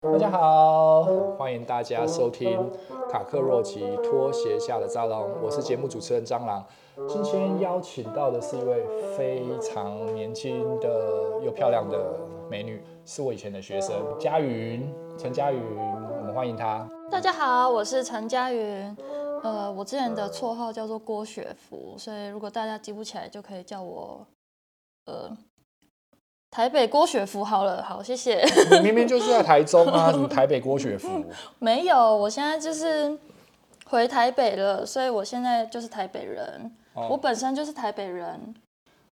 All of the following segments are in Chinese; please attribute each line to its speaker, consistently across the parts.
Speaker 1: 大家好，欢迎大家收听卡克若奇拖鞋下的蟑螂，我是节目主持人蟑螂。今天邀请到的是一位非常年轻的又漂亮的美女，是我以前的学生佳云，陈佳云，我们欢迎她。
Speaker 2: 大家好，我是陈佳云，呃，我之前的绰号叫做郭雪芙，所以如果大家记不起来，就可以叫我呃台北郭雪芙好了。好，谢谢。
Speaker 1: 你明明就是在台中啊，什么台北郭雪芙，
Speaker 2: 没有，我现在就是回台北了，所以我现在就是台北人。
Speaker 1: 哦
Speaker 2: 我本身就是台北人，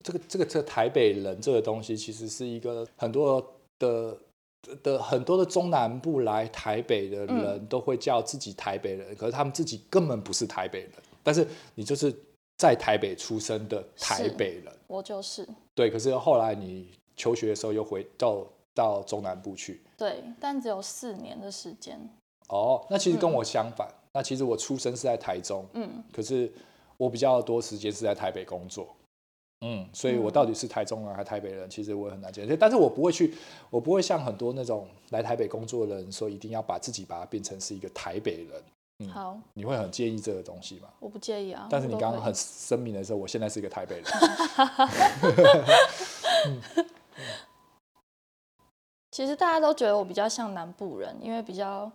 Speaker 1: 这个这个这个台北人这个东西，其实是一个很多的的的很多的中南部来台北的人都会叫自己台北人，可是他们自己根本不是台北人，但是你就是在台北出生的台北人，
Speaker 2: 我就是
Speaker 1: 对。可是后来你求学的时候又回到到中南部去，
Speaker 2: 对，但只有四年的时间。
Speaker 1: 哦，那其实跟我相反，那其实我出生是在台中，
Speaker 2: 嗯，
Speaker 1: 可是我比较多时间是在台北工作，嗯，所以我到底是台中人还是台北人，其实我也很难界定。但是我不会去，我不会像很多那种来台北工作的人说，一定要把自己把它变成是一个台北人。
Speaker 2: 好，
Speaker 1: 你会很介意这个东西吗？
Speaker 2: 我不介意啊。
Speaker 1: 嗯但是
Speaker 2: 我
Speaker 1: 你
Speaker 2: 都
Speaker 1: 刚
Speaker 2: 可
Speaker 1: 刚
Speaker 2: 以
Speaker 1: 很声明的时候，我现在是一个台北人。
Speaker 2: 其实大家都觉得我比较像南部人，因为比较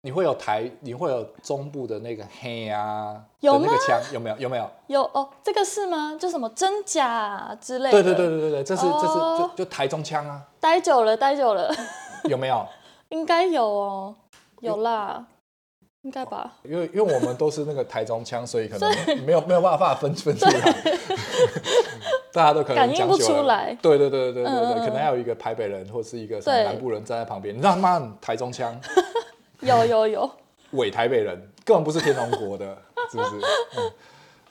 Speaker 1: 你会有台，你会有中部的那个黑啊，
Speaker 2: 有
Speaker 1: 的那个
Speaker 2: 吗
Speaker 1: 腔有没有？有没有？
Speaker 2: 有哦，这个是吗？就什么真假、啊、之类的。
Speaker 1: 对对对，对对对，这是这是
Speaker 2: 哦
Speaker 1: 就就台中腔啊，
Speaker 2: 待久了，待久了，
Speaker 1: 有没有？
Speaker 2: 应该有哦，有啦，应该吧。
Speaker 1: 因为因为我们都是那个台中腔，所以可能没有没有办法分分出 来，大家都可能
Speaker 2: 感应
Speaker 1: 讲
Speaker 2: 不
Speaker 1: 究
Speaker 2: 出
Speaker 1: 了
Speaker 2: 来
Speaker 1: 对对对对对对，
Speaker 2: 嗯嗯嗯
Speaker 1: 可能还有一个台北人或是一个什么
Speaker 2: 对
Speaker 1: 南部人站在旁边，你知道吗？你台中腔，
Speaker 2: 有有有，
Speaker 1: 伪台北人，根本不是天龙国的， 是不是、嗯、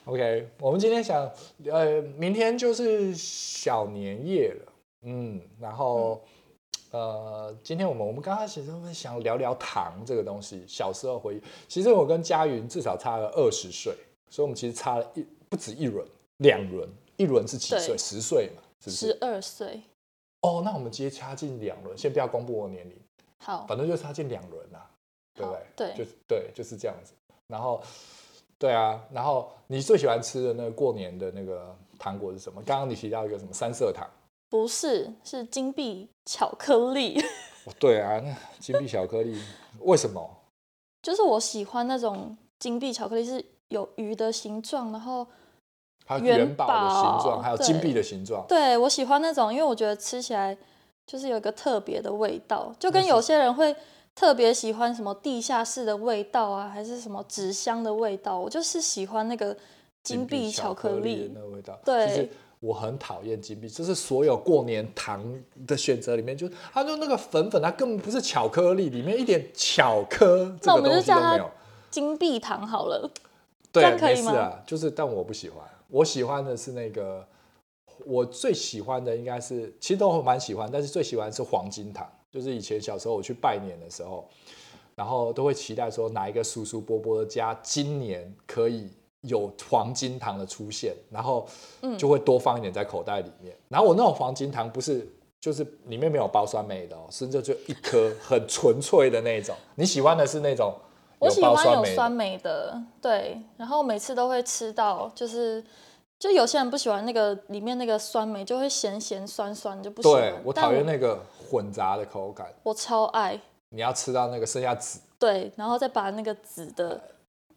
Speaker 1: ？OK，我们今天想，呃，明天就是小年夜了，嗯，然后。呃，今天我们我们刚开始就是想聊聊糖这个东西，小时候回忆。其实我跟佳云至少差了二十岁，所以我们其实差了一不止一轮，两轮，一轮是几岁？
Speaker 2: 对
Speaker 1: 十岁嘛，是不是？
Speaker 2: 十二岁，
Speaker 1: 哦，那我们直接差近两轮，先不要公布我年龄，
Speaker 2: 好，
Speaker 1: 反正就差近两轮啦、对不
Speaker 2: 好
Speaker 1: 对？
Speaker 2: 对
Speaker 1: 就是对，就是这样子。然后，对啊，然后你最喜欢吃的那个过年的那个糖果是什么？刚刚你提到一个什么三色糖？
Speaker 2: 不是是金币巧克力，
Speaker 1: 哦，对啊，那金币巧克力 为什么？
Speaker 2: 就是我喜欢那种金币巧克力是有鱼的形状，然后
Speaker 1: 还有
Speaker 2: 元
Speaker 1: 元宝的形状，
Speaker 2: 宝
Speaker 1: 还有
Speaker 2: 对
Speaker 1: 金币的形状。
Speaker 2: 对我喜欢那种，因为我觉得吃起来就是有一个特别的味道，就跟
Speaker 1: 是
Speaker 2: 有些人会特别喜欢什么地下室的味道啊，还是什么纸箱的味道，我就是喜欢那个金币巧克
Speaker 1: 力的
Speaker 2: 力
Speaker 1: 那。个味道，
Speaker 2: 对
Speaker 1: 其实我很讨厌金币，就是所有过年糖的选择里面，就是它就那个粉粉，它根本不是巧克力，里面一点巧克这
Speaker 2: 那我
Speaker 1: 个东
Speaker 2: 们就
Speaker 1: 西都
Speaker 2: 叫
Speaker 1: 没
Speaker 2: 它
Speaker 1: 有。
Speaker 2: 金币糖好了，
Speaker 1: 对，
Speaker 2: 这样可以
Speaker 1: 没事
Speaker 2: 吗
Speaker 1: 啊，就是，但我不喜欢，我喜欢的是那个，我最喜欢的应该是，其实都蛮喜欢，但是最喜欢是黄金糖，就是以前小时候我去拜年的时候，然后都会期待说哪一个叔叔伯伯的家今年可以有黄金糖的出现，然后
Speaker 2: 嗯
Speaker 1: 就会多放一点在口袋里面。然后我那种黄金糖不是。就是里面没有包酸梅的哦，甚至就一颗很纯粹的那种。你喜欢的是那种
Speaker 2: 我
Speaker 1: 有
Speaker 2: 喜
Speaker 1: 包
Speaker 2: 欢有
Speaker 1: 梅的
Speaker 2: 酸梅的，对，然后每次都会吃到，就是。就有些人不喜欢那个里面那个酸梅，就会咸咸酸酸，就不喜欢
Speaker 1: 对。我
Speaker 2: 但
Speaker 1: 讨厌那个混杂的口感，
Speaker 2: 我超爱，
Speaker 1: 你要吃到那个剩下籽
Speaker 2: 对，然后再把那个籽的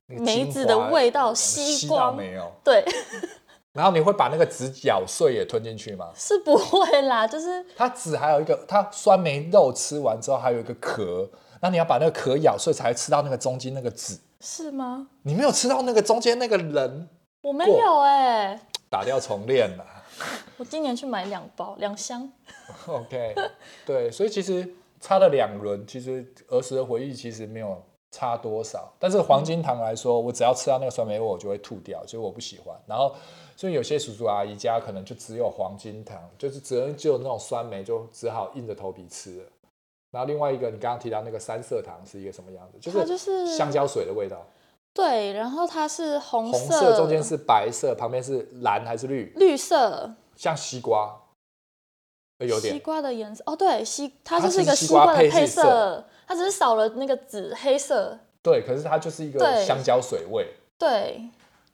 Speaker 1: 那个
Speaker 2: 梅
Speaker 1: 精
Speaker 2: 子
Speaker 1: 华
Speaker 2: 的味道吸
Speaker 1: 吸到
Speaker 2: 光
Speaker 1: 没有？
Speaker 2: 对，
Speaker 1: 然后你会把那个籽咬碎也吞进去吗？
Speaker 2: 是不会啦，就是
Speaker 1: 它籽还有一个，它酸梅肉吃完之后还有一个壳，那你要把那个壳咬碎才吃到那个中间那个籽。
Speaker 2: 是吗？
Speaker 1: 你没有吃到那个中间那个人，
Speaker 2: 我没有哎、
Speaker 1: 打掉重练啊了。
Speaker 2: 我今年去买两包两箱，
Speaker 1: OK，对， 所以其实差了两轮，其实儿时的回忆其实没有差多少。但是黄金糖来说，我只要吃到那个酸梅味，我就会吐掉，所以我不喜欢。然后，所以有些叔叔阿姨家可能就只有黄金糖，就是只能只有那种酸梅，就只好硬着头皮吃了。然后另外一个你刚刚提到那个三色糖是一个什么样子？就
Speaker 2: 它就是是
Speaker 1: 香蕉水的味道，
Speaker 2: 对，然后它是红
Speaker 1: 红色中间是白色，旁边是蓝还是绿？
Speaker 2: 绿色，
Speaker 1: 像西瓜，呃有
Speaker 2: 西
Speaker 1: 点
Speaker 2: 瓜的颜色哦，对，西它
Speaker 1: 它
Speaker 2: 就是一
Speaker 1: 是
Speaker 2: 个
Speaker 1: 西
Speaker 2: 西
Speaker 1: 瓜
Speaker 2: 瓜的
Speaker 1: 配
Speaker 2: 配
Speaker 1: 绿色
Speaker 2: 色，它只是少了那个紫黑色。
Speaker 1: 对，可是它就是一个
Speaker 2: 对
Speaker 1: 香蕉水味。
Speaker 2: 对，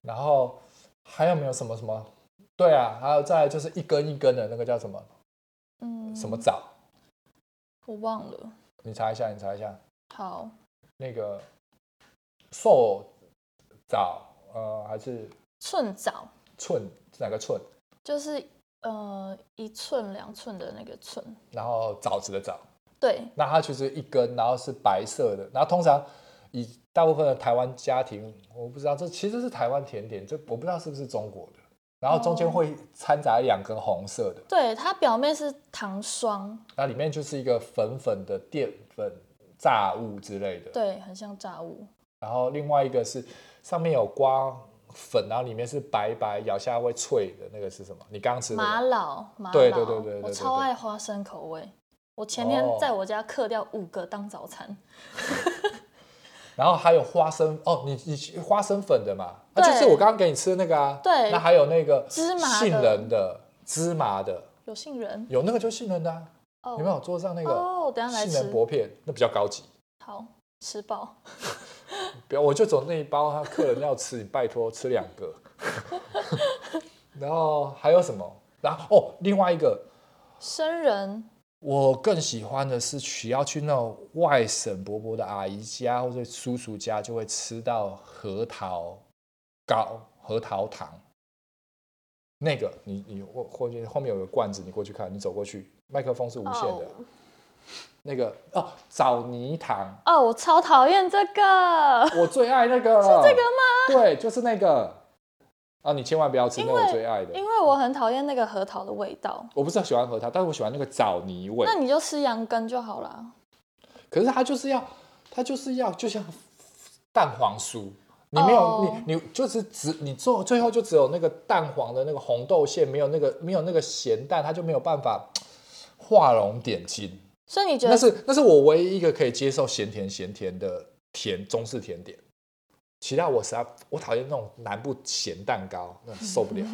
Speaker 1: 然后还有没有什么什么？对啊，还有再来就是一根一根的那个叫什么
Speaker 2: 嗯，
Speaker 1: 什么？枣？
Speaker 2: 我忘了。
Speaker 1: 你查一下，你查一下
Speaker 2: 好，
Speaker 1: 那个瘦枣，呃，还是
Speaker 2: 寸枣
Speaker 1: 寸是哪个寸？
Speaker 2: 就是呃一寸两寸的那个寸。
Speaker 1: 然后枣子的枣，
Speaker 2: 对，
Speaker 1: 那它其实一根，然后是白色的，然后通常以大部分的台湾家庭，我不知道这其实是台湾甜点，这我不知道是不是中国的，然后中间
Speaker 2: 哦
Speaker 1: 会掺杂一两根红色的，
Speaker 2: 对，它表面是糖霜，
Speaker 1: 那里面就是一个粉粉的淀粉炸物之类的，
Speaker 2: 对，很像炸物。
Speaker 1: 然后另外一个是上面有刮粉，然后里面是白白，咬下来会脆的那个是什么？你刚刚吃的吗
Speaker 2: 玛瑙，玛瑙，
Speaker 1: 对对对对对
Speaker 2: 我
Speaker 1: 对
Speaker 2: 超
Speaker 1: 对
Speaker 2: 爱花生口味。我前天
Speaker 1: 哦
Speaker 2: 在我家刻掉五个当早餐，
Speaker 1: 然后还有花生哦，你你花生粉的嘛，啊，
Speaker 2: 对
Speaker 1: 就是我刚刚给你吃的那个啊，
Speaker 2: 对
Speaker 1: 那还有那个
Speaker 2: 芝麻的
Speaker 1: 杏仁的、芝麻的，
Speaker 2: 有杏仁
Speaker 1: 有那个就是杏仁的、啊，
Speaker 2: 哦，
Speaker 1: 有没有桌上那个
Speaker 2: 哦，等一下来
Speaker 1: 杏
Speaker 2: 吃
Speaker 1: 仁，薄片？那比较高级。
Speaker 2: 好吃饱。
Speaker 1: 不要，我就走那一包，他客人要吃，你拜托吃两个。 然后还有什么？然后哦，另外一个
Speaker 2: 生人
Speaker 1: 我更喜欢的是去要去那种外省伯伯的阿姨家或者叔叔家，就会吃到核桃糕、核桃糖。那个你你我后面后面有个罐子，你过去看，你走过去，麦克风是无线的。
Speaker 2: 哦
Speaker 1: 那个哦，枣泥糖，
Speaker 2: 哦，我超讨厌这个，
Speaker 1: 我最爱那 个是这
Speaker 2: 个
Speaker 1: 吗？对，就是那个啊，你千万不要吃，
Speaker 2: 因
Speaker 1: 那
Speaker 2: 为
Speaker 1: 我最爱的。
Speaker 2: 因为我很讨厌那个核桃的味道。
Speaker 1: 我不是喜欢核桃，但是我喜欢那个枣泥味。
Speaker 2: 那你就吃羊羹就好啦。
Speaker 1: 可是它就是要，它就是要，就像蛋黄酥，你没有、
Speaker 2: 哦
Speaker 1: 你你就是只你做最后就只有那个蛋黄的那个红豆馅，没有那个没有那个咸蛋，它就没有办法画龙点睛。
Speaker 2: 所以你觉
Speaker 1: 那
Speaker 2: 得
Speaker 1: 是那是我唯一一个可以接受咸甜咸甜的甜中式甜点。其他我实在我讨厌那种南部咸蛋糕，那受 不了。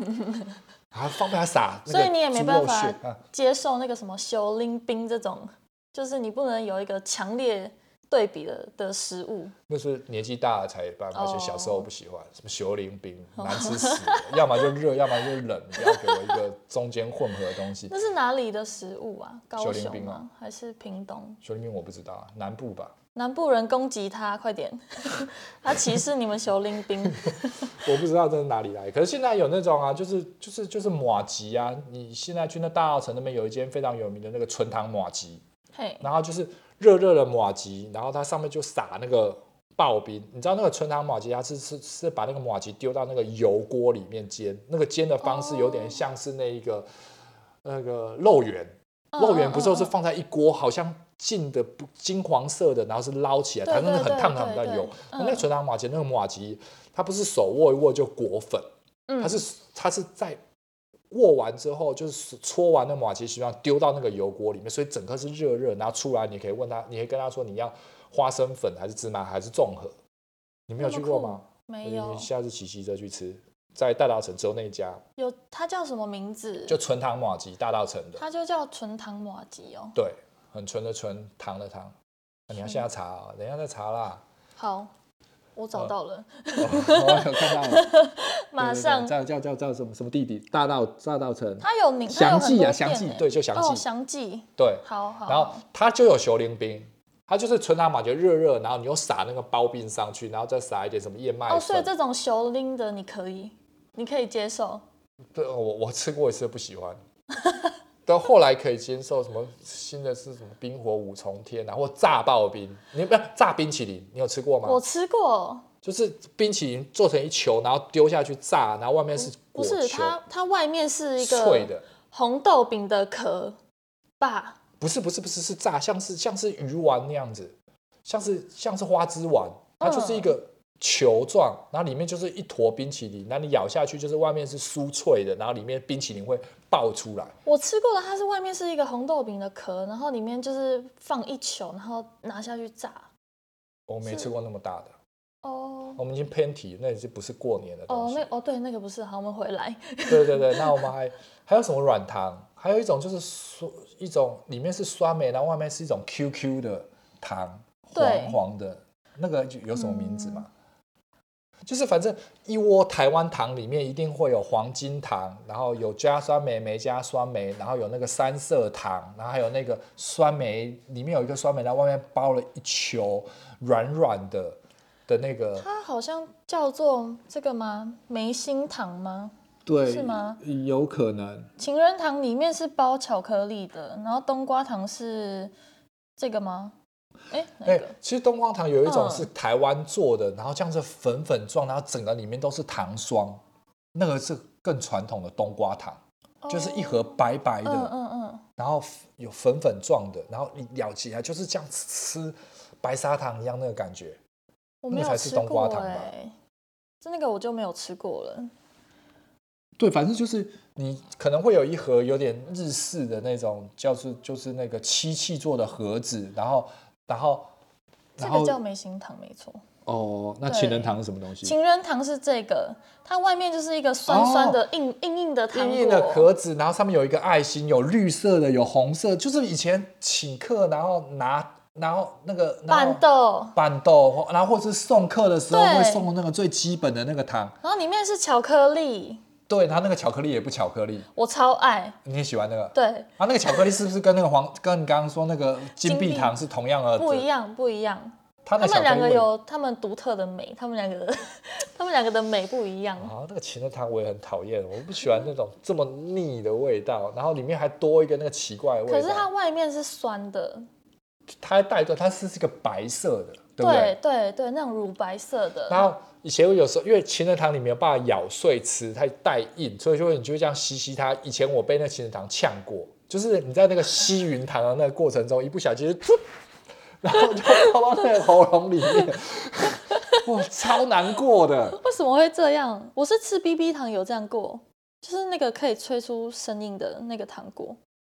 Speaker 1: 啊，放不下撒那
Speaker 2: 所以
Speaker 1: 个
Speaker 2: 你也没
Speaker 1: 猪
Speaker 2: 办
Speaker 1: 肉
Speaker 2: 法
Speaker 1: 馅啊
Speaker 2: 接受那个什么修linh冰这种，就是你不能有一个强烈对比的的食物。
Speaker 1: 那是年纪大了才办法，而且
Speaker 2: 哦
Speaker 1: 小时候不喜欢，什么雪淋冰，难吃死了， 要么就热，要么就冷，不要给我一个中间混合的东 西。
Speaker 2: 那是哪里的食物啊？高
Speaker 1: 修灵
Speaker 2: 雄
Speaker 1: 冰
Speaker 2: 吗
Speaker 1: 哦？
Speaker 2: 还是屏东？
Speaker 1: 雪淋冰我不知道啊，南部吧，
Speaker 2: 南部人攻击他，快点！ 他歧视你们修灵 冰。
Speaker 1: 我不知道这是哪里来。可是现在有那种啊，就是就是就是马吉啊，你现在去那大澳城那边有一间非常有名的那个纯糖马吉，
Speaker 2: 嘿，
Speaker 1: 然后就是热热的马吉，然后它上面就撒那个刨冰。你知道那个纯糖马吉，它是是是把那个马吉丢到那个油锅里面煎，那个煎的方式有
Speaker 2: 哦
Speaker 1: 点像是那一个、那个肉圆，
Speaker 2: 嗯
Speaker 1: 肉圆不是都是
Speaker 2: 嗯嗯
Speaker 1: 放在一锅，好像浸的不金黄色的，然后是捞起来，
Speaker 2: 对
Speaker 1: 它真的
Speaker 2: 对
Speaker 1: 很烫，
Speaker 2: 对
Speaker 1: 它比较
Speaker 2: 对
Speaker 1: 油
Speaker 2: 对。嗯
Speaker 1: 那那个纯糖马吉那个马吉，它不是手握一握就裹粉，
Speaker 2: 嗯
Speaker 1: 它是它是在握完之后，就是搓完的马吉，实际上丢到那个油锅里面，所以整个是热热，然后出来你可以问他，你可以跟他说你要花生粉还是芝麻还是综合，你没有去过吗？
Speaker 2: 没
Speaker 1: 你
Speaker 2: 有
Speaker 1: 你下次骑机车去吃，在大稻城只有那一家，
Speaker 2: 有，它叫什么名字？
Speaker 1: 就纯糖马吉，大稻城的，
Speaker 2: 它就叫纯糖玛吉哦。
Speaker 1: 对，很纯的纯，糖的糖。啊你要现在查、啊，等一下再查啦。
Speaker 2: 好，我找到了，
Speaker 1: 我哦啊有看到了，
Speaker 2: 马上。
Speaker 1: 叫叫叫叫什么什么弟弟，大稻大稻城，
Speaker 2: 它有名，它有
Speaker 1: 详
Speaker 2: 很
Speaker 1: 记
Speaker 2: 多
Speaker 1: 啊，详记
Speaker 2: 店，欸
Speaker 1: 对，就详
Speaker 2: 哦，
Speaker 1: 记，
Speaker 2: 详记，
Speaker 1: 对。
Speaker 2: 好好。哦
Speaker 1: 然后它就有球淋冰，它就是纯拿马就热热，然后你又撒那个包冰上去，然后再撒一点什么燕麦粉。
Speaker 2: 哦，所以这种熟拎的你可以，你可以接受。
Speaker 1: 对我我吃过一次不喜欢，到后来可以接受什么新的是什么冰火五重天啊，或炸爆冰，你不炸冰淇淋，你有吃过吗？
Speaker 2: 我吃过，
Speaker 1: 就是冰淇淋做成一球，然后丢下去炸，然后外面是
Speaker 2: 不
Speaker 1: 果球，
Speaker 2: 是它，它外面是一
Speaker 1: 脆
Speaker 2: 个
Speaker 1: 的，
Speaker 2: 红豆饼的壳吧？
Speaker 1: 不是不是不是是
Speaker 2: 嗯
Speaker 1: 炸，像是像是鱼丸那样子，像是像是花枝丸，它就是一个球状，然后里面就是一坨冰淇淋，那你咬下去就是外面是酥脆的，然后里面冰淇淋会爆出来。
Speaker 2: 我吃过的，它是外面是一个红豆饼的壳，然后里面就是放一球，然后拿下去炸。
Speaker 1: 我没
Speaker 2: 是
Speaker 1: 吃过那么大的，
Speaker 2: 哦
Speaker 1: 我们已经偏题，那已经不是过年的东
Speaker 2: 哦，
Speaker 1: 西。
Speaker 2: 那哦对，那个不是。好，我们回来。
Speaker 1: 对对对，那我们还还有什么软糖？还有一种就是酸，一种里面是酸梅，然后外面是一种 QQ 的糖，
Speaker 2: 对嗯
Speaker 1: 黄黄的，那个有什么名字吗？就是反正一窝台湾糖里面一定会有黄金糖，然后有加酸梅、没加酸梅，然后有那个三色糖，然后还有那个酸梅，里面有一个酸梅，然后外面包了一球软软的的那个，
Speaker 2: 它好像叫做这个吗？梅心糖吗？
Speaker 1: 对
Speaker 2: 是吗？
Speaker 1: 有可能，
Speaker 2: 情人糖里面是包巧克力的，然后冬瓜糖是这个吗？哎、
Speaker 1: 哎、
Speaker 2: 那个？
Speaker 1: 其实冬瓜糖有一种
Speaker 2: 嗯
Speaker 1: 是台湾做的，然后这样子粉粉状，然后整个里面都是糖霜，那个是更传统的冬瓜糖，哎就是一盒白白的，
Speaker 2: 嗯嗯嗯，
Speaker 1: 然后有粉粉状的，然后你咬起来就是这样吃白砂糖一样那个感觉。
Speaker 2: 我
Speaker 1: 那
Speaker 2: 没
Speaker 1: 个才
Speaker 2: 有
Speaker 1: 是
Speaker 2: 吃
Speaker 1: 冬瓜
Speaker 2: 过
Speaker 1: 糖吧
Speaker 2: 哎、就那个我就没有吃过了。
Speaker 1: 对，反正就是你可能会有一盒有点日式的那种，叫是就是那个漆器做的盒子，然后然后
Speaker 2: 这
Speaker 1: 然
Speaker 2: 个
Speaker 1: 后
Speaker 2: 叫梅心糖，没错。
Speaker 1: 哦，那
Speaker 2: 对
Speaker 1: 情人糖是什么东西？
Speaker 2: 情人糖是这个，它外面就是一个酸酸的、硬硬硬的糖
Speaker 1: 哦硬
Speaker 2: 果，
Speaker 1: 硬的壳子，然后上面有一个爱心，有绿色的，有红色，就是以前请客，然后拿，然后那个然后
Speaker 2: 拌豆，
Speaker 1: 板豆，或然后或者是送客的时候
Speaker 2: 对
Speaker 1: 会送那个最基本的那个糖，
Speaker 2: 然后里面是巧克力，
Speaker 1: 对，它那个巧克力也不巧克力，
Speaker 2: 我超爱。
Speaker 1: 你也喜欢那个？
Speaker 2: 对，
Speaker 1: 啊，那个巧克力是不是跟那个黄，跟你刚刚说那个金
Speaker 2: 金
Speaker 1: 币
Speaker 2: 币
Speaker 1: 糖是同样的？
Speaker 2: 不一样，不一样。
Speaker 1: 它
Speaker 2: 他
Speaker 1: 的
Speaker 2: 们
Speaker 1: 巧克
Speaker 2: 两
Speaker 1: 力
Speaker 2: 个
Speaker 1: 味
Speaker 2: 有他们独特的美，他们两个的， 他们两个的美不一样。
Speaker 1: 啊，那个情人糖我也很讨厌，我不喜欢那种这么腻的味道，然后里面还多一个那个奇怪的味道。
Speaker 2: 可是它外面是酸的，
Speaker 1: 它还带一段，它是是个白色的，对不
Speaker 2: 对对对，那种乳白色的，
Speaker 1: 然后以前我有时候因为情人糖里面有办法咬碎吃，它带硬，所以说你就会这样吸吸它。以前我被那情人糖呛过，就是你在那个吸云糖的那个过程中，一不小心就，然后就泡到那个喉咙里面，哇，超难过的。
Speaker 2: 为什么会这样？我是吃 BB 糖有这样过，就是那个可以吹出声音的那个糖果。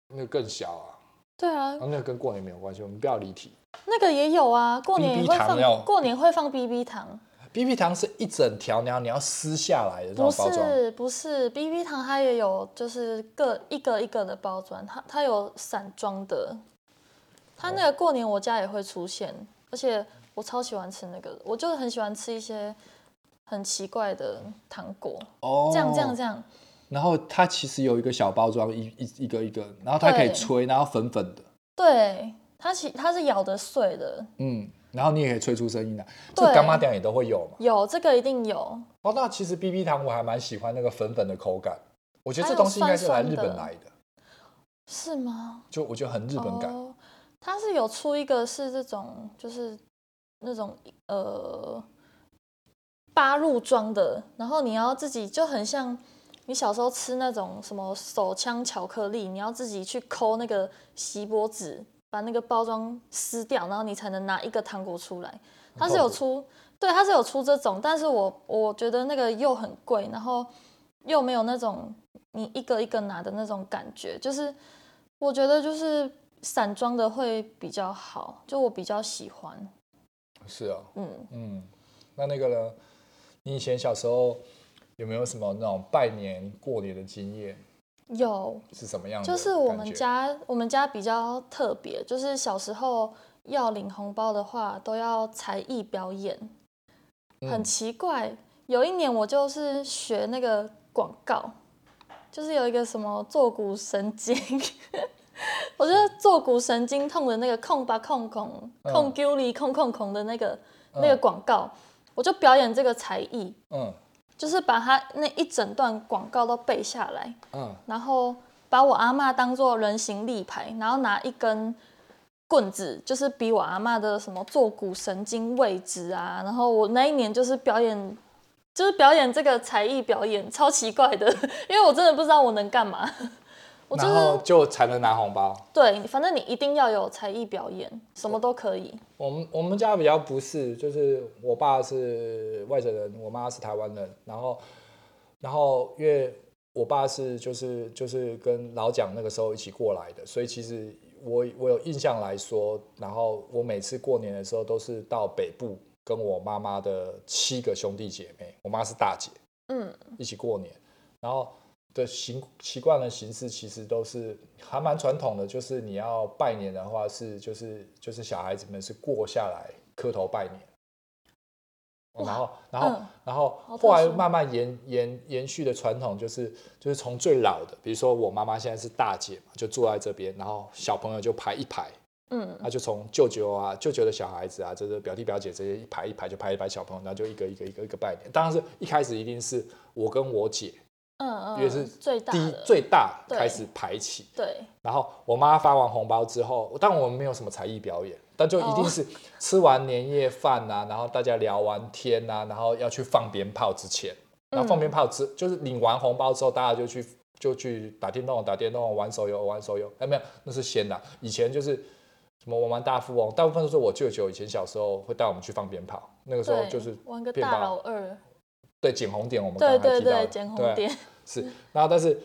Speaker 1: 那个更小啊，
Speaker 2: 对啊
Speaker 1: 啊，那个跟过年没有关系，我们不要离题。
Speaker 2: 那个也有啊，过年也
Speaker 1: BB
Speaker 2: 会
Speaker 1: 糖要
Speaker 2: 放，过年会放 BB 糖，
Speaker 1: B B 糖是一整条，然后你要撕下来的这
Speaker 2: 不
Speaker 1: 种包装，
Speaker 2: 是不是 BB 糖，它也有就是各一个一个的包装，它它有散装的，它那个过年我家也会出现，而且我超喜欢吃那个的，我就很喜欢吃一些很奇怪的糖果，
Speaker 1: 哦
Speaker 2: 这样这样这样，
Speaker 1: 然后它其实有一个小包装，一一一个一个，然后它可以
Speaker 2: 对
Speaker 1: 吹，然后粉粉的。
Speaker 2: 对，它其它是咬得碎的，
Speaker 1: 嗯，然后你也可以吹出声音来，啊这
Speaker 2: 对
Speaker 1: 干妈店也都会有嘛。
Speaker 2: 有这个一定有，
Speaker 1: 哦，那其实 BB 糖我还蛮喜欢那个粉粉的口感，我觉得这
Speaker 2: 还有
Speaker 1: 东西应该是来
Speaker 2: 酸酸
Speaker 1: 日
Speaker 2: 的
Speaker 1: 本来的，
Speaker 2: 是吗？
Speaker 1: 就我觉得很日本感。
Speaker 2: 哦。它是有出一个是这种，就是那种呃八入装的，然后你要自己就很像你小时候吃那种什么手枪巧克力，你要自己去抠那个锡箔纸，把那个包装撕掉，然后你才能拿一个糖果出来。它是有出，对，它是有出这种，但是我我觉得那个又很贵，然后又没有那种你一个一个拿的那种感觉，就是我觉得就是散装的会比较好，就我比较喜欢，
Speaker 1: 是哦，
Speaker 2: 嗯，
Speaker 1: 嗯，那那个呢？你以前小时候有没有什么那种拜年过年的经验？
Speaker 2: 有，
Speaker 1: 是什么样的
Speaker 2: 就
Speaker 1: 感觉？
Speaker 2: 是我们家我们家比较特别，就是小时候要领红包的话，都要才艺表演，很
Speaker 1: 嗯
Speaker 2: 奇怪。有一年我就是学那个广告，就是有一个什么坐骨神经， 我觉得坐骨神经痛的那个控吧控控
Speaker 1: 嗯
Speaker 2: 控丢里控控控的那个、
Speaker 1: 嗯
Speaker 2: 那个广告，我就表演这个才艺，
Speaker 1: 嗯
Speaker 2: 就是把它那一整段广告都背下来，
Speaker 1: 嗯
Speaker 2: 然后把我阿嬷当做人形立牌，然后拿一根棍子，就是比我阿嬷的什么坐骨神经位置啊。然后我那一年就是表演， 就是表演这个才艺表演，超奇怪的，因为我真的不知道我能干嘛。 我就
Speaker 1: 然后
Speaker 2: 是
Speaker 1: 就才能拿红包。
Speaker 2: 对，反正你一定要有才艺表演，什么都可以。
Speaker 1: 我们我们家比较不是，就是我爸是外省人，我妈是台湾人，然后然后因为我爸是就是就是跟老蒋那个时候一起过来的，所以其实我我有印象来说，然后我每次过年的时候都是到北部跟我妈妈的七个兄弟姐妹，我妈是大姐，
Speaker 2: 嗯，
Speaker 1: 一起过年，然后的习习惯的形式其实都是还蛮传统的，就是你要拜年的话是就是就是小孩子们是过下来磕头拜年，哦然后然后、
Speaker 2: 嗯
Speaker 1: 然后
Speaker 2: 好特
Speaker 1: 后来
Speaker 2: 殊哦
Speaker 1: 慢慢延延延续的传统就是就是从最老的，比如说我妈妈现在是大姐嘛，就坐在这边，然后小朋友就排一排，
Speaker 2: 嗯，
Speaker 1: 那就从舅舅啊、舅舅的小孩子啊，就是表弟表姐这些一排一排就排一排小朋友，然后就一个一个一个一个拜年。当然是一开始一定是我跟我姐，
Speaker 2: 嗯嗯，
Speaker 1: 因为是
Speaker 2: 最大
Speaker 1: 第一
Speaker 2: 的，
Speaker 1: 最大
Speaker 2: 对
Speaker 1: 开始排起，
Speaker 2: 对，
Speaker 1: 然后我妈发完红包之后，但我们没有什么才艺表演，但就一定
Speaker 2: 哦
Speaker 1: 是吃完年夜饭啊，然后大家聊完天啊，然后要去放鞭炮之前，
Speaker 2: 嗯
Speaker 1: 然后放鞭炮之、就是领完红包之后，大家就去就去打电动、打电动、啊玩手游、玩手游。哎，没有，那是先的，以前就是什么玩玩大富翁，大部分都是我舅舅以前小时候会带我们去放鞭炮，那个时候
Speaker 2: 对，
Speaker 1: 就是
Speaker 2: 玩个
Speaker 1: 变
Speaker 2: 大
Speaker 1: 大
Speaker 2: 老二，
Speaker 1: 对捡红点，我们刚
Speaker 2: 对
Speaker 1: 才
Speaker 2: 对
Speaker 1: 提到的
Speaker 2: 对，啊捡红点，
Speaker 1: 是，然后但是，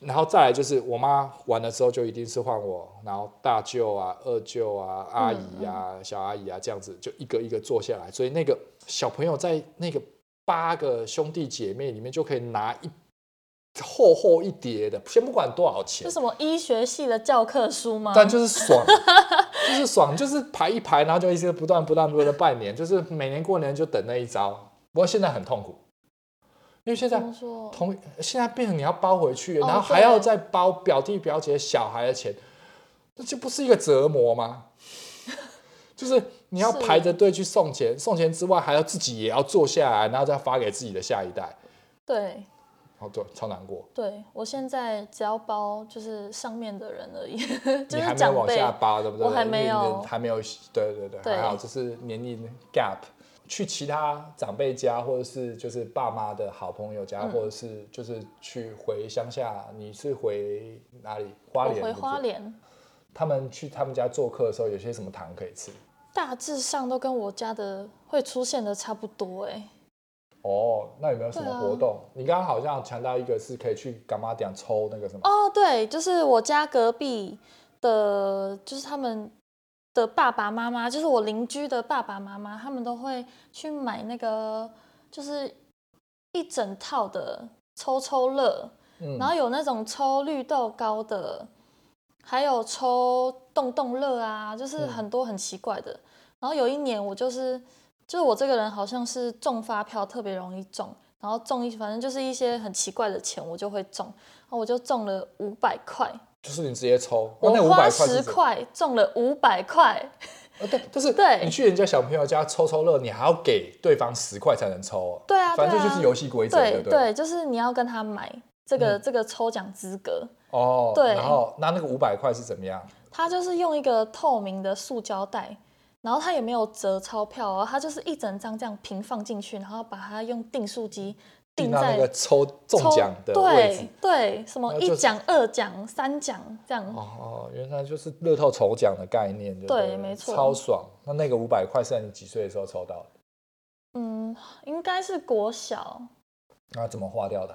Speaker 1: 然后再来就是我妈玩的时候就一定是换我，然后大舅啊、二舅啊、阿姨啊、小阿姨啊这样子，就一个一个坐下来，所以那个小朋友在那个八个兄弟姐妹里面就可以拿一厚厚一叠的，先不管多少钱
Speaker 2: 是，什么医学系的教科书吗？
Speaker 1: 但就是爽，就是爽，就是排一排，然后就一直不断不断不断的拜年，就是每年过年就等那一招，不过现在很痛苦。因为现在
Speaker 2: 怎么说？
Speaker 1: 同现在变成你要包回去，
Speaker 2: 哦
Speaker 1: 然后还要
Speaker 2: 对
Speaker 1: 再包表弟表姐小孩的钱，那这不是一个折磨吗？ 就是你要
Speaker 2: 是
Speaker 1: 排着队去送钱，送钱之外还要自己也要坐下来，然后再发给自己的下一代。
Speaker 2: 对
Speaker 1: 哦，对，超难过。
Speaker 2: 对，我现在只要包就是上面的人而已， 就
Speaker 1: 你还
Speaker 2: 是
Speaker 1: 没有
Speaker 2: 长
Speaker 1: 往
Speaker 2: 辈。
Speaker 1: 下扒，对不对？
Speaker 2: 我还没有
Speaker 1: 因为你的还没有，对对对，
Speaker 2: 对
Speaker 1: 还好，就是年龄 gap。去其他长辈家，或者是就是爸妈的好朋友
Speaker 2: 嗯
Speaker 1: 家，或者是就是去回乡下，你是回哪里？花
Speaker 2: 我
Speaker 1: 莲？
Speaker 2: 回
Speaker 1: 对不对
Speaker 2: 花莲，
Speaker 1: 他们去他们家做客的时候，有些什么糖可以吃？
Speaker 2: 大致上都跟我家的会出现的差不多哎、
Speaker 1: 哦，那有没有什
Speaker 2: 对
Speaker 1: 么
Speaker 2: 啊
Speaker 1: 活动？你刚刚好像强调一个是可以去干妈店抽那个什么？
Speaker 2: 哦，对，就是我家隔壁的，就是他们的爸爸妈妈，就是我邻居的爸爸妈妈，他们都会去买那个，就是一整套的抽抽乐，
Speaker 1: 嗯
Speaker 2: 然后有那种抽绿豆糕的，还有抽洞洞乐啊，就是
Speaker 1: 嗯
Speaker 2: 很多很奇怪的。然后有一年我就是，就是我这个人好像是中发票特别容易中，然后中一反正就是一些很奇怪的钱我就会中，然后我就中了五百块，
Speaker 1: 就是你直接抽，哦
Speaker 2: 我
Speaker 1: 那五
Speaker 2: 花
Speaker 1: 百块
Speaker 2: 十
Speaker 1: 是怎么？
Speaker 2: 块中了五百块，
Speaker 1: 哦对，就是
Speaker 2: 对
Speaker 1: 你去人家小朋友家抽抽乐，你还要给对方十块才能抽哦。
Speaker 2: 对啊，对
Speaker 1: 反正这
Speaker 2: 啊
Speaker 1: 就是游戏规则，对嗯
Speaker 2: 对
Speaker 1: 不对？
Speaker 2: 就是你要跟他买这个、这个抽奖资格，
Speaker 1: 哦，
Speaker 2: 对
Speaker 1: 然后那那个五百块是怎么样？
Speaker 2: 它就是用一个透明的塑胶袋，然后它也没有折钞票哦，它就是一整张这样平放进去，然后把它用订书机
Speaker 1: 定
Speaker 2: 定
Speaker 1: 到那个
Speaker 2: 在
Speaker 1: 抽中
Speaker 2: 抽
Speaker 1: 奖的位置
Speaker 2: 对。对，什么
Speaker 1: 那就
Speaker 2: 一
Speaker 1: 是
Speaker 2: 奖、二奖、三奖这样。
Speaker 1: 哦，原来就是乐透抽奖的概念，就
Speaker 2: 对
Speaker 1: 了
Speaker 2: 没错
Speaker 1: 超爽。那那个五百块是在你几岁的时候抽到
Speaker 2: 嗯，应该是国小，
Speaker 1: 的？那怎么花掉它？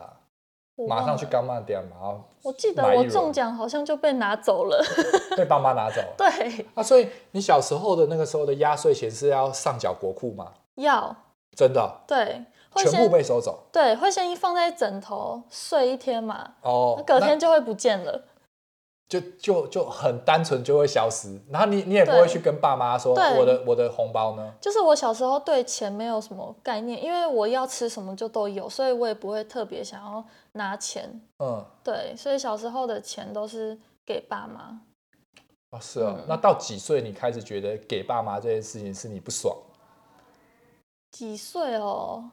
Speaker 2: 我
Speaker 1: 马上
Speaker 2: 忘
Speaker 1: 去
Speaker 2: 了。
Speaker 1: 干妈店，哦然后
Speaker 2: 我记得
Speaker 1: 买一
Speaker 2: 我
Speaker 1: 轮
Speaker 2: 中奖好像就被拿走了，
Speaker 1: 被爸妈拿走了
Speaker 2: 对，
Speaker 1: 啊！所以你小时候的那个时候的压岁钱是要上缴国库吗？
Speaker 2: 要
Speaker 1: 真的哦、
Speaker 2: 对，会
Speaker 1: 全部
Speaker 2: 先
Speaker 1: 被收走
Speaker 2: 对会先放在枕头睡一天嘛，
Speaker 1: 哦，
Speaker 2: 隔天
Speaker 1: 那
Speaker 2: 就会不见了。
Speaker 1: 就就就很单纯就会消失，然后你你也不会
Speaker 2: 对
Speaker 1: 去跟爸妈说
Speaker 2: 对
Speaker 1: 我的我的红包呢？
Speaker 2: 就是我小时候对钱没有什么概念，因为我要吃什么就都有，所以我也不会特别想要拿钱。
Speaker 1: 嗯，
Speaker 2: 对，所以小时候的钱都是给爸妈。
Speaker 1: 哦是哦，
Speaker 2: 嗯
Speaker 1: 那到几岁你开始觉得给爸妈这件事情是你不爽？
Speaker 2: 几岁哦？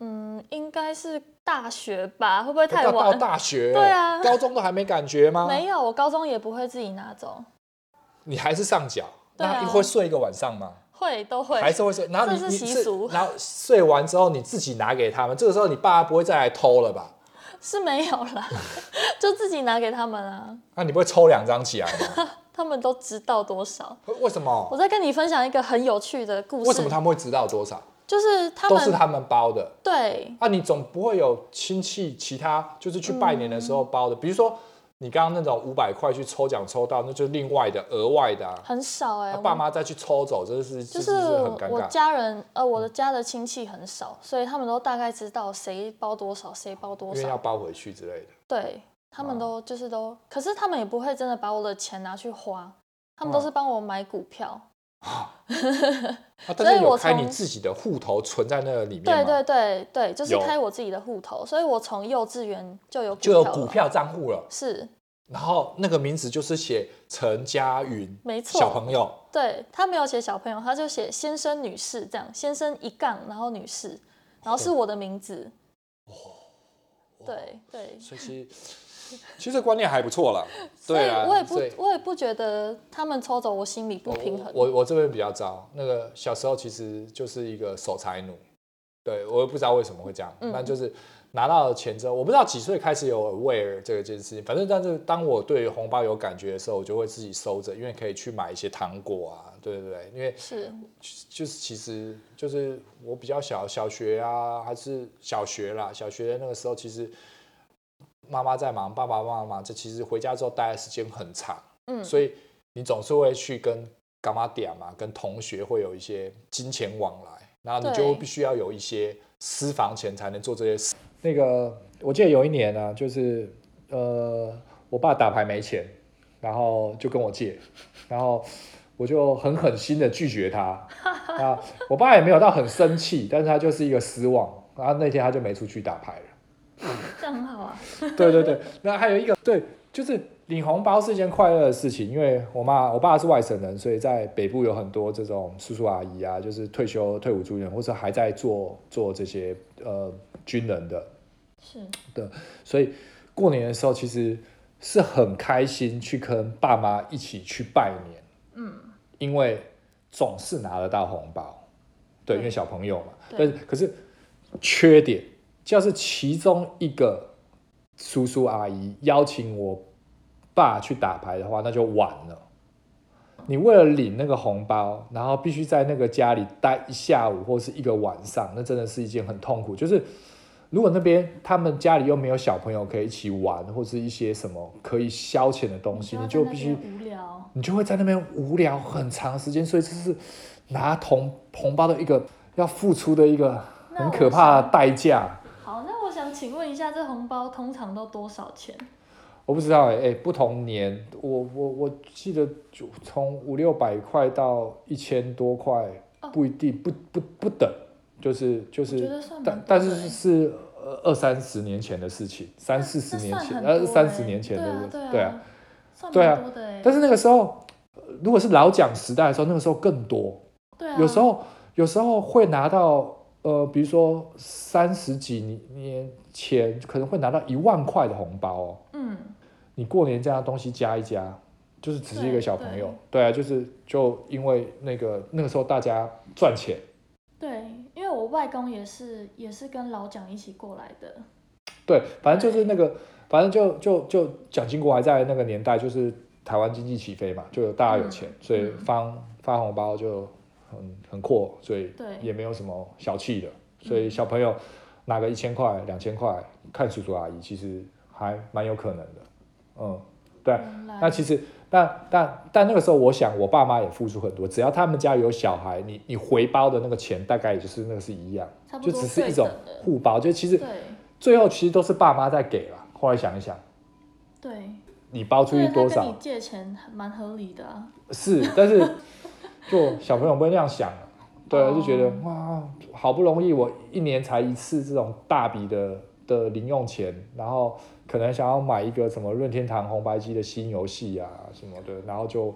Speaker 2: 嗯，应该是大学吧？会不会太
Speaker 1: 要到
Speaker 2: 晚？
Speaker 1: 大学、
Speaker 2: 对啊
Speaker 1: 高中都还没感觉吗？
Speaker 2: 没有，我高中也不会自己拿走，
Speaker 1: 你还是上缴，
Speaker 2: 对啊
Speaker 1: 那会睡一个晚上吗？
Speaker 2: 会都会。
Speaker 1: 还是会睡，然后你
Speaker 2: 这是
Speaker 1: 你
Speaker 2: 习俗
Speaker 1: 然后睡完之后你自己拿给他们，这个时候你爸不会再来偷了吧？
Speaker 2: 是没有啦， 就自己拿给他们啊，
Speaker 1: 那、你不会抽两张起来吗？
Speaker 2: 他们都知道多少。
Speaker 1: 为什
Speaker 2: 我
Speaker 1: 么？
Speaker 2: 再跟你分享一个很有趣的故事，
Speaker 1: 为什么他们会知道多少？
Speaker 2: 就是他
Speaker 1: 都
Speaker 2: 们
Speaker 1: 是他们包的
Speaker 2: 对
Speaker 1: 啊！你总不会有亲戚其他就是去拜年的时候包的，比如说你刚刚那种五百块去抽奖抽到，那就是另外的额外的啊。
Speaker 2: 很少哎、
Speaker 1: 啊
Speaker 2: 我
Speaker 1: 爸妈再去抽走，这是这
Speaker 2: 就是
Speaker 1: 是很尴
Speaker 2: 我
Speaker 1: 尬。嗯
Speaker 2: 家人，呃，我的家的亲戚很少，所以他们都大概知道谁包多少，谁包多
Speaker 1: 因为要哦
Speaker 2: 少。
Speaker 1: 包回去之类的。
Speaker 2: 对他们都就是都，可是他们也不会真的把我的钱拿去花，他们
Speaker 1: 嗯
Speaker 2: 都是帮我买股票。
Speaker 1: 啊、但是
Speaker 2: 所以
Speaker 1: 有
Speaker 2: 我
Speaker 1: 开你
Speaker 2: 从
Speaker 1: 自己的户头存在那个里面
Speaker 2: 对
Speaker 1: 吗？
Speaker 2: 对对对，就是
Speaker 1: 有
Speaker 2: 开我自己的户头，所以我从幼稚园就有
Speaker 1: 就有
Speaker 2: 了
Speaker 1: 股票账户了。
Speaker 2: 是
Speaker 1: 然后那个名字就是写陈佳云，
Speaker 2: 没错
Speaker 1: 小朋友
Speaker 2: 对他没有写小朋友，他就写先生女士这样，先生一杠，然后女士，然后
Speaker 1: 哦
Speaker 2: 是我的名字。对对，
Speaker 1: 所以其实 其实这观念还不错啦。
Speaker 2: 所以
Speaker 1: 对啊，
Speaker 2: 哎我也
Speaker 1: 所以
Speaker 2: 不我也不觉得他们抽走我心里不平衡。
Speaker 1: 我我我这边比较糟，那个小时候其实就是一个守财奴，对我也不知道为什么会这样，
Speaker 2: 嗯
Speaker 1: 那就是拿到了钱之后，我不知道几岁开始有 aware 这个件事情，反正但是当我对于红包有感觉的时候，我就会自己收着，因为可以去买一些糖果啊，对对对，因为
Speaker 2: 是
Speaker 1: 就是其实就是我比较小小学啊，还是小学啦，小学那个时候其实妈妈在忙，爸爸妈妈忙，这其实回家之后待的时间很长，
Speaker 2: 嗯
Speaker 1: 所以你总是会去跟干妈点嘛，跟同学会有一些金钱往来，然后你就
Speaker 2: 对
Speaker 1: 必须要有一些私房钱才能做这些事。那个我记得有一年呢、就是呃，我爸打牌没钱，然后就跟我借，然后我就很狠心的拒绝他。 啊，我爸也没有到很生气，但是他就是一个失望。然后那天他就没出去打牌了。
Speaker 2: 这样很好啊。
Speaker 1: 对对对，那还有一个对，就是领红包是一件快乐的事情，因为我妈我爸是外省人，所以在北部有很多这种叔叔阿姨啊，就是退休退伍军人或者还在做做这些呃军人的，
Speaker 2: 是
Speaker 1: 所以过年的时候其实是很开心去跟爸妈一起去拜年，
Speaker 2: 嗯
Speaker 1: 因为总是拿得到红包，对，
Speaker 2: 对
Speaker 1: 因为小朋友嘛，但
Speaker 2: 对
Speaker 1: 是可是缺点就是其中一个叔叔阿姨邀请我爸去打牌的话，那就晚了。你为了领那个红包，然后必须在那个家里待一下午或是一个晚上，那真的是一件很痛苦。就是如果那边他们家里又没有小朋友可以一起玩，或是一些什么可以消遣的东西，你就必须
Speaker 2: 无聊。
Speaker 1: 你就会在那边无聊很长时间，所以这是拿红红包的一个要付出的一个
Speaker 2: 那
Speaker 1: 很
Speaker 2: 我
Speaker 1: 可怕的代价。
Speaker 2: 好，那我想请问一下，这红包通常都多少钱？
Speaker 1: 我不知道哎、欸不同年，我我我记得就从五六百块到一千多块
Speaker 2: 哦，
Speaker 1: 不一定不不不等，就是就
Speaker 2: 我觉
Speaker 1: 是，
Speaker 2: 得算蛮
Speaker 1: 但
Speaker 2: 多
Speaker 1: 但
Speaker 2: 的
Speaker 1: 是
Speaker 2: 欸
Speaker 1: 是呃二三十年前的事情，三
Speaker 2: 那
Speaker 1: 四十
Speaker 2: 那
Speaker 1: 年
Speaker 2: 算
Speaker 1: 前，
Speaker 2: 很
Speaker 1: 呃
Speaker 2: 多
Speaker 1: 三十
Speaker 2: 欸
Speaker 1: 年前
Speaker 2: 对
Speaker 1: 的
Speaker 2: 啊
Speaker 1: 事
Speaker 2: 对啊
Speaker 1: 对啊，
Speaker 2: 算
Speaker 1: 对啊
Speaker 2: 蛮多的欸
Speaker 1: 但是那个时候，呃如果是老蒋时代的时候，那个时候更多，
Speaker 2: 对啊，
Speaker 1: 有时候有时候会拿到呃，比如说三十几年前可能会拿到一万块的红包哦。
Speaker 2: 嗯
Speaker 1: 你过年这样的东西加一加，就是只是一个
Speaker 2: 对
Speaker 1: 小朋友，对啊，就是就因为那个那个时候大家赚钱，
Speaker 2: 对，因为我外公也是也是跟老蒋一起过来的，
Speaker 1: 对，反正就是那个，反正就就就蒋经国还在那个年代，就是台湾经济起飞嘛，就有大家有钱，所以发发红包就很很阔，所以
Speaker 2: 对
Speaker 1: 也没有什么小气的，所以小朋友拿个一千块、两千块，看叔叔阿姨其实还蛮有可能的，嗯，对啊。
Speaker 2: 原来
Speaker 1: 那其实，但但但那个时候，我想我爸妈也付出很多，只要他们家有小孩，你你回包的那个钱大概也就是那个是一样，
Speaker 2: 差不
Speaker 1: 就
Speaker 2: 多
Speaker 1: 只是一
Speaker 2: 对
Speaker 1: 种
Speaker 2: 等的
Speaker 1: 互包，就其实
Speaker 2: 对
Speaker 1: 最后其实都是爸妈在给了。后来想一想，
Speaker 2: 对，
Speaker 1: 你包出
Speaker 2: 所
Speaker 1: 去
Speaker 2: 以他
Speaker 1: 多
Speaker 2: 跟你
Speaker 1: 少
Speaker 2: 借钱还蛮合理的啊，
Speaker 1: 是，但是 就小朋友不会那样想，对啊，
Speaker 2: 哦
Speaker 1: 就觉得哇，好不容易我一年才一次这种大笔的的零用钱，然后可能想要买一个什么任天堂红白机的新游戏啊什么的，然后就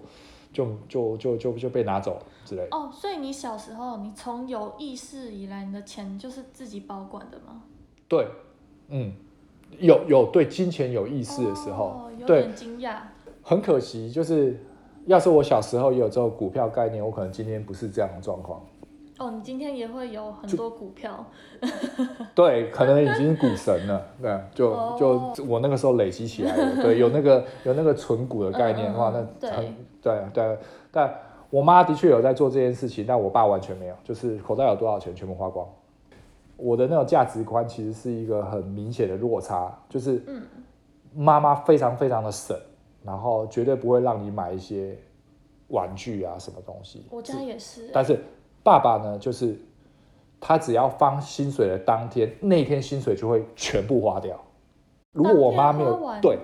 Speaker 1: 就就就就就被拿走了之类的。
Speaker 2: 哦，所以你小时候，你从有意识以来，你的钱就是自己保管的吗？
Speaker 1: 对，嗯，有有对金钱有意识的时候，
Speaker 2: 哦、有
Speaker 1: 对
Speaker 2: 点惊讶。
Speaker 1: 很可惜，就是要是我小时候也有这种股票概念，我可能今天不是这样的状况。
Speaker 2: 哦，你今天也会有很多股票，
Speaker 1: 对，可能已经股神 了，对，就
Speaker 2: 哦
Speaker 1: 就我那个时候累积起来的，对，有那 个有那个存股的概念的话，
Speaker 2: 嗯嗯
Speaker 1: 那
Speaker 2: 对
Speaker 1: 很对对，但我妈的确有在做这件事情，但我爸完全没有，就是口袋有多少钱全部花光。我的那种价值观其实是一个很明显的落差，就是
Speaker 2: 嗯
Speaker 1: 妈妈非常非常的省，然后绝对不会让你买一些玩具啊什么东西。
Speaker 2: 我家也是、
Speaker 1: 但是爸爸呢，就是他只要发薪水的当天，那天薪水就会全部花掉。如果我妈没
Speaker 2: 当天花
Speaker 1: 有
Speaker 2: 完
Speaker 1: 对，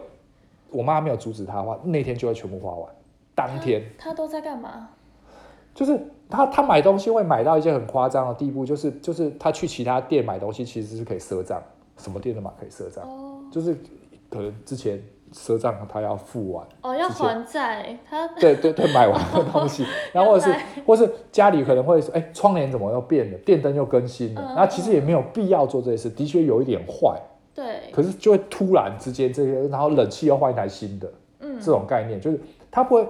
Speaker 1: 我妈没有阻止他的话，那天就会全部花完。当天
Speaker 2: 他都在干嘛？
Speaker 1: 就是他他买东西会买到一些很夸张的地步，就是就是他去其他店买东西其实是可以赊账，什么店都买可以赊账，
Speaker 2: 哦
Speaker 1: 就是啊可能之前赊账他要付完。
Speaker 2: 哦，要
Speaker 1: 之前
Speaker 2: 还债，他
Speaker 1: 对对对，买完的东
Speaker 2: 哦
Speaker 1: 西，然后或者
Speaker 2: 原
Speaker 1: 是
Speaker 2: 来
Speaker 1: 或是家里可能会说，哎，窗帘怎么又变了，电灯又更新了
Speaker 2: 嗯，
Speaker 1: 那其实也没有必要做这些事，的确有一点坏，
Speaker 2: 对，
Speaker 1: 可是就会突然之间这些，然后冷气又换一台新的，
Speaker 2: 嗯，
Speaker 1: 这种概念就是它不会，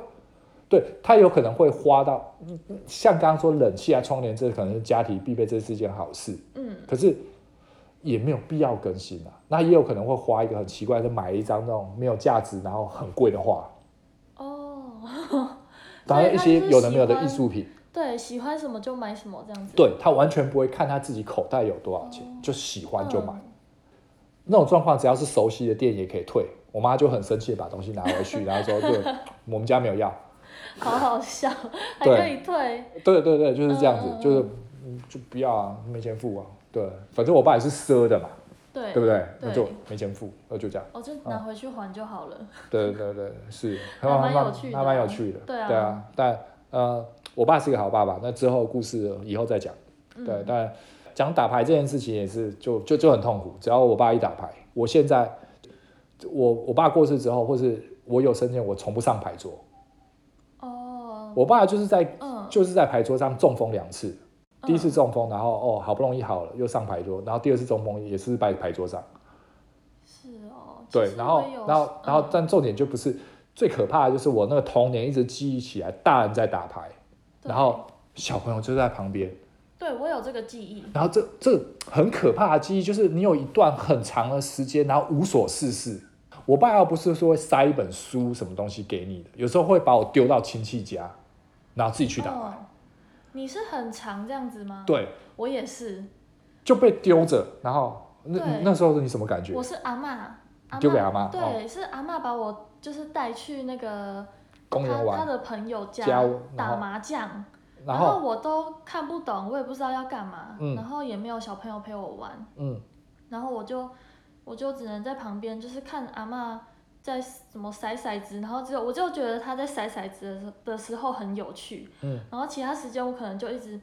Speaker 1: 对它有可能会花到，嗯像刚刚说冷气啊、窗帘，这可能是家庭必备，这是一件好事，
Speaker 2: 嗯
Speaker 1: 可是也没有必要更新啊，那也有可能会花一个很奇怪的，买一张那种没有价值然后很贵的画，
Speaker 2: 哦，
Speaker 1: 然后
Speaker 2: 对
Speaker 1: 一
Speaker 2: 他
Speaker 1: 些
Speaker 2: 就是
Speaker 1: 有的没有
Speaker 2: 喜
Speaker 1: 的
Speaker 2: 欢
Speaker 1: 艺术品。
Speaker 2: 对，喜欢什么就买什么这样子，
Speaker 1: 对他完全不会看他自己口袋有多少钱，就喜欢就买。
Speaker 2: 哦嗯
Speaker 1: 那种状况，只要是熟悉的店也可以退。我妈就很生气，把东西拿回去，然后 说：“对，我们家没有要。
Speaker 2: 好好笑，还
Speaker 1: 对
Speaker 2: 可以退，”
Speaker 1: 对对对，就是这样子，
Speaker 2: 嗯嗯嗯
Speaker 1: 就是嗯就不要啊，没钱付啊。对，反正我爸也是赊的嘛，
Speaker 2: 对
Speaker 1: 对不对？那
Speaker 2: 对
Speaker 1: 就没钱付，那就这样。
Speaker 2: 我就拿回去还就好了。
Speaker 1: 对对对，是，
Speaker 2: 还蛮有趣的啊
Speaker 1: 还蛮有趣的。
Speaker 2: 对啊
Speaker 1: 但呃，我爸是一个好爸爸，那之后故事以后再讲。
Speaker 2: 嗯
Speaker 1: 对，但讲打牌这件事情也是就就就很痛苦。只要我爸一打牌，我现在我我爸过世之后，或是我有生前，我从不上牌桌。
Speaker 2: 哦，
Speaker 1: 我爸就是在
Speaker 2: 嗯，
Speaker 1: 就是在牌桌上中风两次，第一次
Speaker 2: 嗯
Speaker 1: 中风，然后哦好不容易好了，又上牌桌，然后第二次中风也是在牌桌上。
Speaker 2: 是哦，其
Speaker 1: 对，
Speaker 2: 实
Speaker 1: 然后
Speaker 2: 我有
Speaker 1: 然后然后
Speaker 2: 嗯，
Speaker 1: 但重点就不是最可怕的就是我那个童年一直记忆起来，大人在打牌，
Speaker 2: 对
Speaker 1: 然后小朋友就在旁边。
Speaker 2: 对我有这个记忆，
Speaker 1: 然后这这很可怕的记忆就是你有一段很长的时间，然后无所事事。我爸要不是说会塞一本书什么东西给你的，有时候会把我丢到亲戚家，然后自己去打牌。
Speaker 2: 哦你是很长这样子吗？，
Speaker 1: 对，
Speaker 2: 我也是，
Speaker 1: 就被丢着，然后那
Speaker 2: 对
Speaker 1: 那时候是你什么感觉
Speaker 2: 我？是阿妈，嬷
Speaker 1: 丢给阿嬷哦
Speaker 2: 对，是阿妈把我就是带去那个
Speaker 1: 公园
Speaker 2: 他他
Speaker 1: 玩，
Speaker 2: 的朋友家
Speaker 1: 家然
Speaker 2: 打
Speaker 1: 后
Speaker 2: 麻将，
Speaker 1: 然
Speaker 2: 然
Speaker 1: 后
Speaker 2: 我都看不懂，我也不知道要干嘛，
Speaker 1: 嗯
Speaker 2: 然后也没有小朋友陪我玩，
Speaker 1: 嗯，
Speaker 2: 然后我就我就只能在旁边，就是看阿嬷在怎么甩骰子，然后只有我就觉得她在甩骰子的时的时候很有趣，
Speaker 1: 嗯，
Speaker 2: 然后其他时间我可能就一直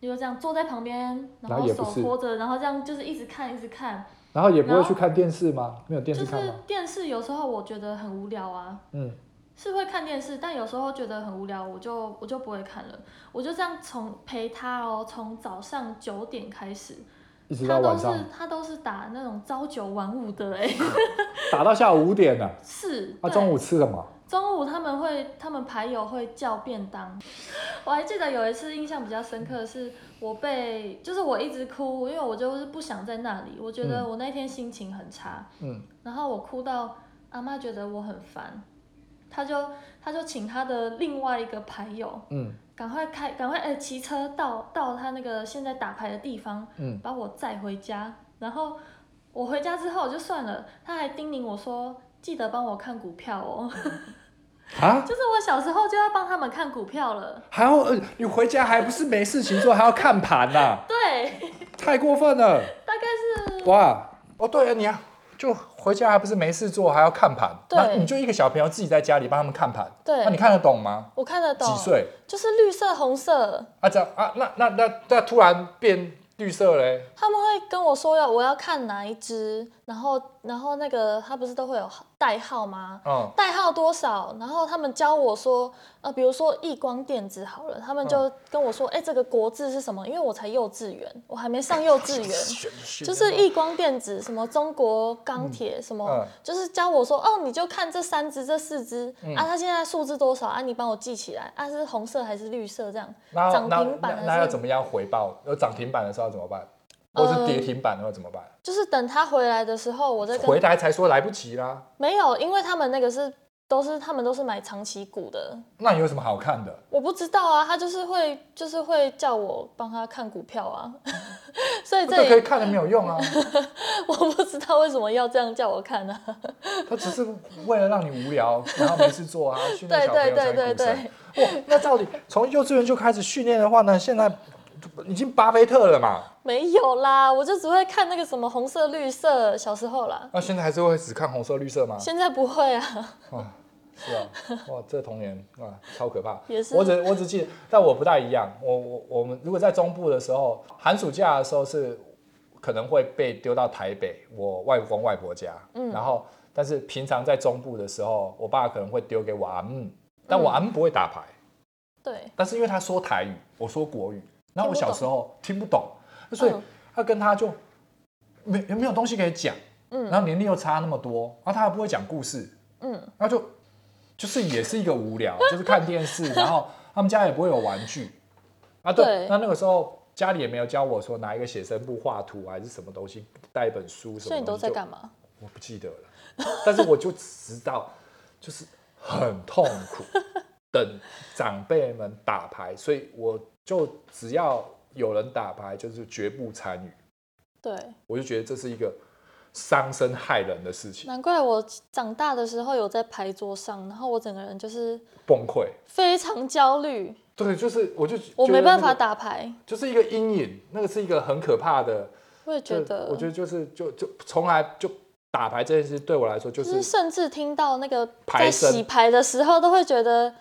Speaker 2: 就这样坐在旁边，
Speaker 1: 然
Speaker 2: 然
Speaker 1: 后
Speaker 2: 后
Speaker 1: 也不
Speaker 2: 手
Speaker 1: 是
Speaker 2: 托着，然后这样就是一直看一直看，
Speaker 1: 然后也不会
Speaker 2: 然后
Speaker 1: 去看电视吗？没有电
Speaker 2: 就
Speaker 1: 视看
Speaker 2: 是
Speaker 1: 吗？
Speaker 2: 电视有时候我觉得很无聊啊，
Speaker 1: 嗯，
Speaker 2: 是会看电视，但有时候觉得很无聊，我就我就不会看了，我就这样从陪他哦，从早上九点开始，
Speaker 1: 一直到
Speaker 2: 他都
Speaker 1: 晚上
Speaker 2: 是他都是打那种朝九晚五的哎、
Speaker 1: 打到下午五点呢。
Speaker 2: 是，
Speaker 1: 啊，
Speaker 2: 对
Speaker 1: 中午吃什么？
Speaker 2: 中午他们会，他们牌友会叫便当。 我还记得有一次印象比较深刻的是，我被就是我一直哭，因为我就是不想在那里，我觉得我那天心情很差，
Speaker 1: 嗯，
Speaker 2: 然后我哭到阿妈觉得我很烦，她就她就请她的另外一个牌友
Speaker 1: 嗯
Speaker 2: 赶快开赶快哎骑、车到到他那个现在打牌的地方，
Speaker 1: 嗯，
Speaker 2: 把我载回家，然后我回家之后就算了，他还叮咛我说记得帮我看股票哦。
Speaker 1: 啊，
Speaker 2: 就是我小时候就要帮他们看股票了。
Speaker 1: 还要呃你回家还不是没事情做，还要看盘呐、
Speaker 2: 对，
Speaker 1: 太过分了！
Speaker 2: 大概是
Speaker 1: 哇，哦对了，你啊，就回家还不是没事做，还要看盘，
Speaker 2: 对
Speaker 1: 那你就一个小朋友自己在家里帮他们看盘，
Speaker 2: 对
Speaker 1: 那、你看得懂吗？
Speaker 2: 我看得懂，
Speaker 1: 几岁？
Speaker 2: 就是绿色、红色，
Speaker 1: 啊这样啊，那那那那突然变绿色嘞，
Speaker 2: 他们会跟我说要我要看哪一只，然后然后那个他不是都会有代号吗？
Speaker 1: 嗯，
Speaker 2: 代号多少？然后他们教我说，呃，比如说易光电子好了，他们
Speaker 1: 嗯
Speaker 2: 就跟我说，哎、这个国字是什么？因为我才幼稚园，我还没上幼稚园。就是
Speaker 1: 一
Speaker 2: 易光电子，什么中国钢铁，什么、
Speaker 1: 嗯
Speaker 2: 就是教我说，哦，你就看这三只、这四只、
Speaker 1: 嗯
Speaker 2: 啊，它现在数字多少啊？你帮我记起来，啊是红色还是绿色这样？
Speaker 1: 那
Speaker 2: 涨
Speaker 1: 那
Speaker 2: 停板
Speaker 1: 那
Speaker 2: 还
Speaker 1: 那要
Speaker 2: 是
Speaker 1: 怎么样回报？有涨停板的时候要怎么办？或是跌停板的话怎么办？
Speaker 2: 就是等他回来的时候，我再
Speaker 1: 回
Speaker 2: 跟
Speaker 1: 来才说来不及啦，
Speaker 2: 没有，因为他们那个是都是他们都是买长期股的，
Speaker 1: 那有什么好看的？
Speaker 2: 我不知道啊，他就是会就是会叫我帮他看股票啊， 所以
Speaker 1: 这可
Speaker 2: 这
Speaker 1: 以
Speaker 2: 里
Speaker 1: 看了没有用啊，
Speaker 2: 我不知道为什么要这样叫我看呢、啊？
Speaker 1: 他只是为了让你无聊，然后没事做啊，训练
Speaker 2: 对
Speaker 1: 小朋
Speaker 2: 对
Speaker 1: 友参
Speaker 2: 对
Speaker 1: 与股
Speaker 2: 对
Speaker 1: 神。
Speaker 2: 对，
Speaker 1: 哇，那到底从幼稚园就开始训练的话呢，现在已经巴菲特了嘛？
Speaker 2: 没有啦，我就只会看那个什么红色、绿色，小时候啦，
Speaker 1: 那现在还是会只看红色、绿色吗？
Speaker 2: 现在不会啊。
Speaker 1: 是啊， 哇，这童年哇，超可怕。
Speaker 2: 也是
Speaker 1: 我只我只记得，但我不大一样。我我我们如果在中部的时候，寒暑假的时候是可能会被丢到台北我外公外婆家，
Speaker 2: 嗯
Speaker 1: 然后但是平常在中部的时候，我爸可能会丢给我阿姆，但我
Speaker 2: 嗯
Speaker 1: 阿姆不会打牌，
Speaker 2: 对，
Speaker 1: 但是因为他说台语，我说国语，然后我
Speaker 2: 听不
Speaker 1: 小
Speaker 2: 懂
Speaker 1: 时候听不懂，所以
Speaker 2: 嗯
Speaker 1: 他跟他就没没有东西可以讲，
Speaker 2: 嗯
Speaker 1: 然后年龄又差那么多，然后他还不会讲故事，
Speaker 2: 嗯，
Speaker 1: 然后就就是也是一个无聊，就是看电 视，然后他们家也不会有玩具啊，对
Speaker 2: 对，
Speaker 1: 那那个时候。家里也没有教我说拿一个写生簿画图啊还是什么东西，带一本书什么。
Speaker 2: 所以你都在干？嘛？
Speaker 1: 我不记得了， 但是我就知道，就是很痛 苦。等长辈们打牌，所以我就只要有人打牌，就是绝不参与。
Speaker 2: 对，
Speaker 1: 我就觉得这是一个伤身害人的事情，
Speaker 2: 难怪我长大的时候有在牌桌上，然后我整个人就是
Speaker 1: 崩溃。
Speaker 2: 非常焦虑，
Speaker 1: 对，就是我就
Speaker 2: 我
Speaker 1: 觉得
Speaker 2: 没办
Speaker 1: 那
Speaker 2: 法
Speaker 1: 个，
Speaker 2: 打牌，
Speaker 1: 就是一个阴影，那个是一个很可怕的。
Speaker 2: 我也觉
Speaker 1: 就
Speaker 2: 得，
Speaker 1: 我觉得就是就就从来就打牌这件事对我来说就
Speaker 2: 就是
Speaker 1: 是
Speaker 2: 甚至听到那个
Speaker 1: 牌
Speaker 2: 在
Speaker 1: 声
Speaker 2: 洗牌的时候，都会觉得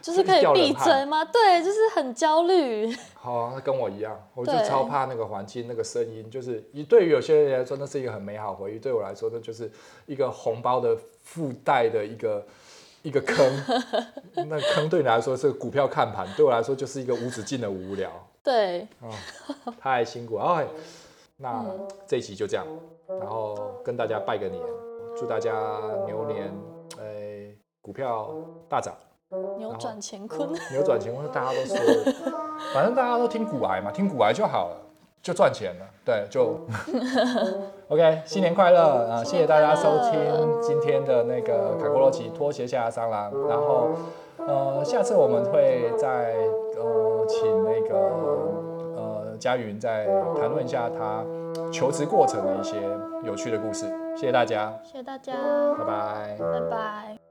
Speaker 2: 就是可以
Speaker 1: 掉
Speaker 2: 闭
Speaker 1: 冷汗
Speaker 2: 嘴吗？对，就是很焦虑。
Speaker 1: 好、啊，那跟我一样，我就
Speaker 2: 对
Speaker 1: 超怕那个环境、那个声音。就是一对于有些人来说，那是一个很美好的回忆；对我来说，那就是一个红包的附带的一个一个坑。那坑对你来说是股票看盘，对我来说就是一个无止境的无聊。
Speaker 2: 对，
Speaker 1: 太辛苦了。哎，那这一期就这样，然后跟大家拜个年，祝大家牛年哎股票大涨。
Speaker 2: 扭转乾坤，
Speaker 1: 扭转乾坤，大家都说，反正大家都听古癌嘛，听古癌就好了，就赚钱了。对，就 OK，新年快乐啊！谢谢大家收听今天的那个卡库洛奇拖鞋下的蟑螂，然后呃，下次我们会再呃请那个呃佳云再谈论一下他求职过程的一些有趣的故事。谢谢大家，
Speaker 2: 谢谢大家，
Speaker 1: 拜拜。
Speaker 2: 拜拜。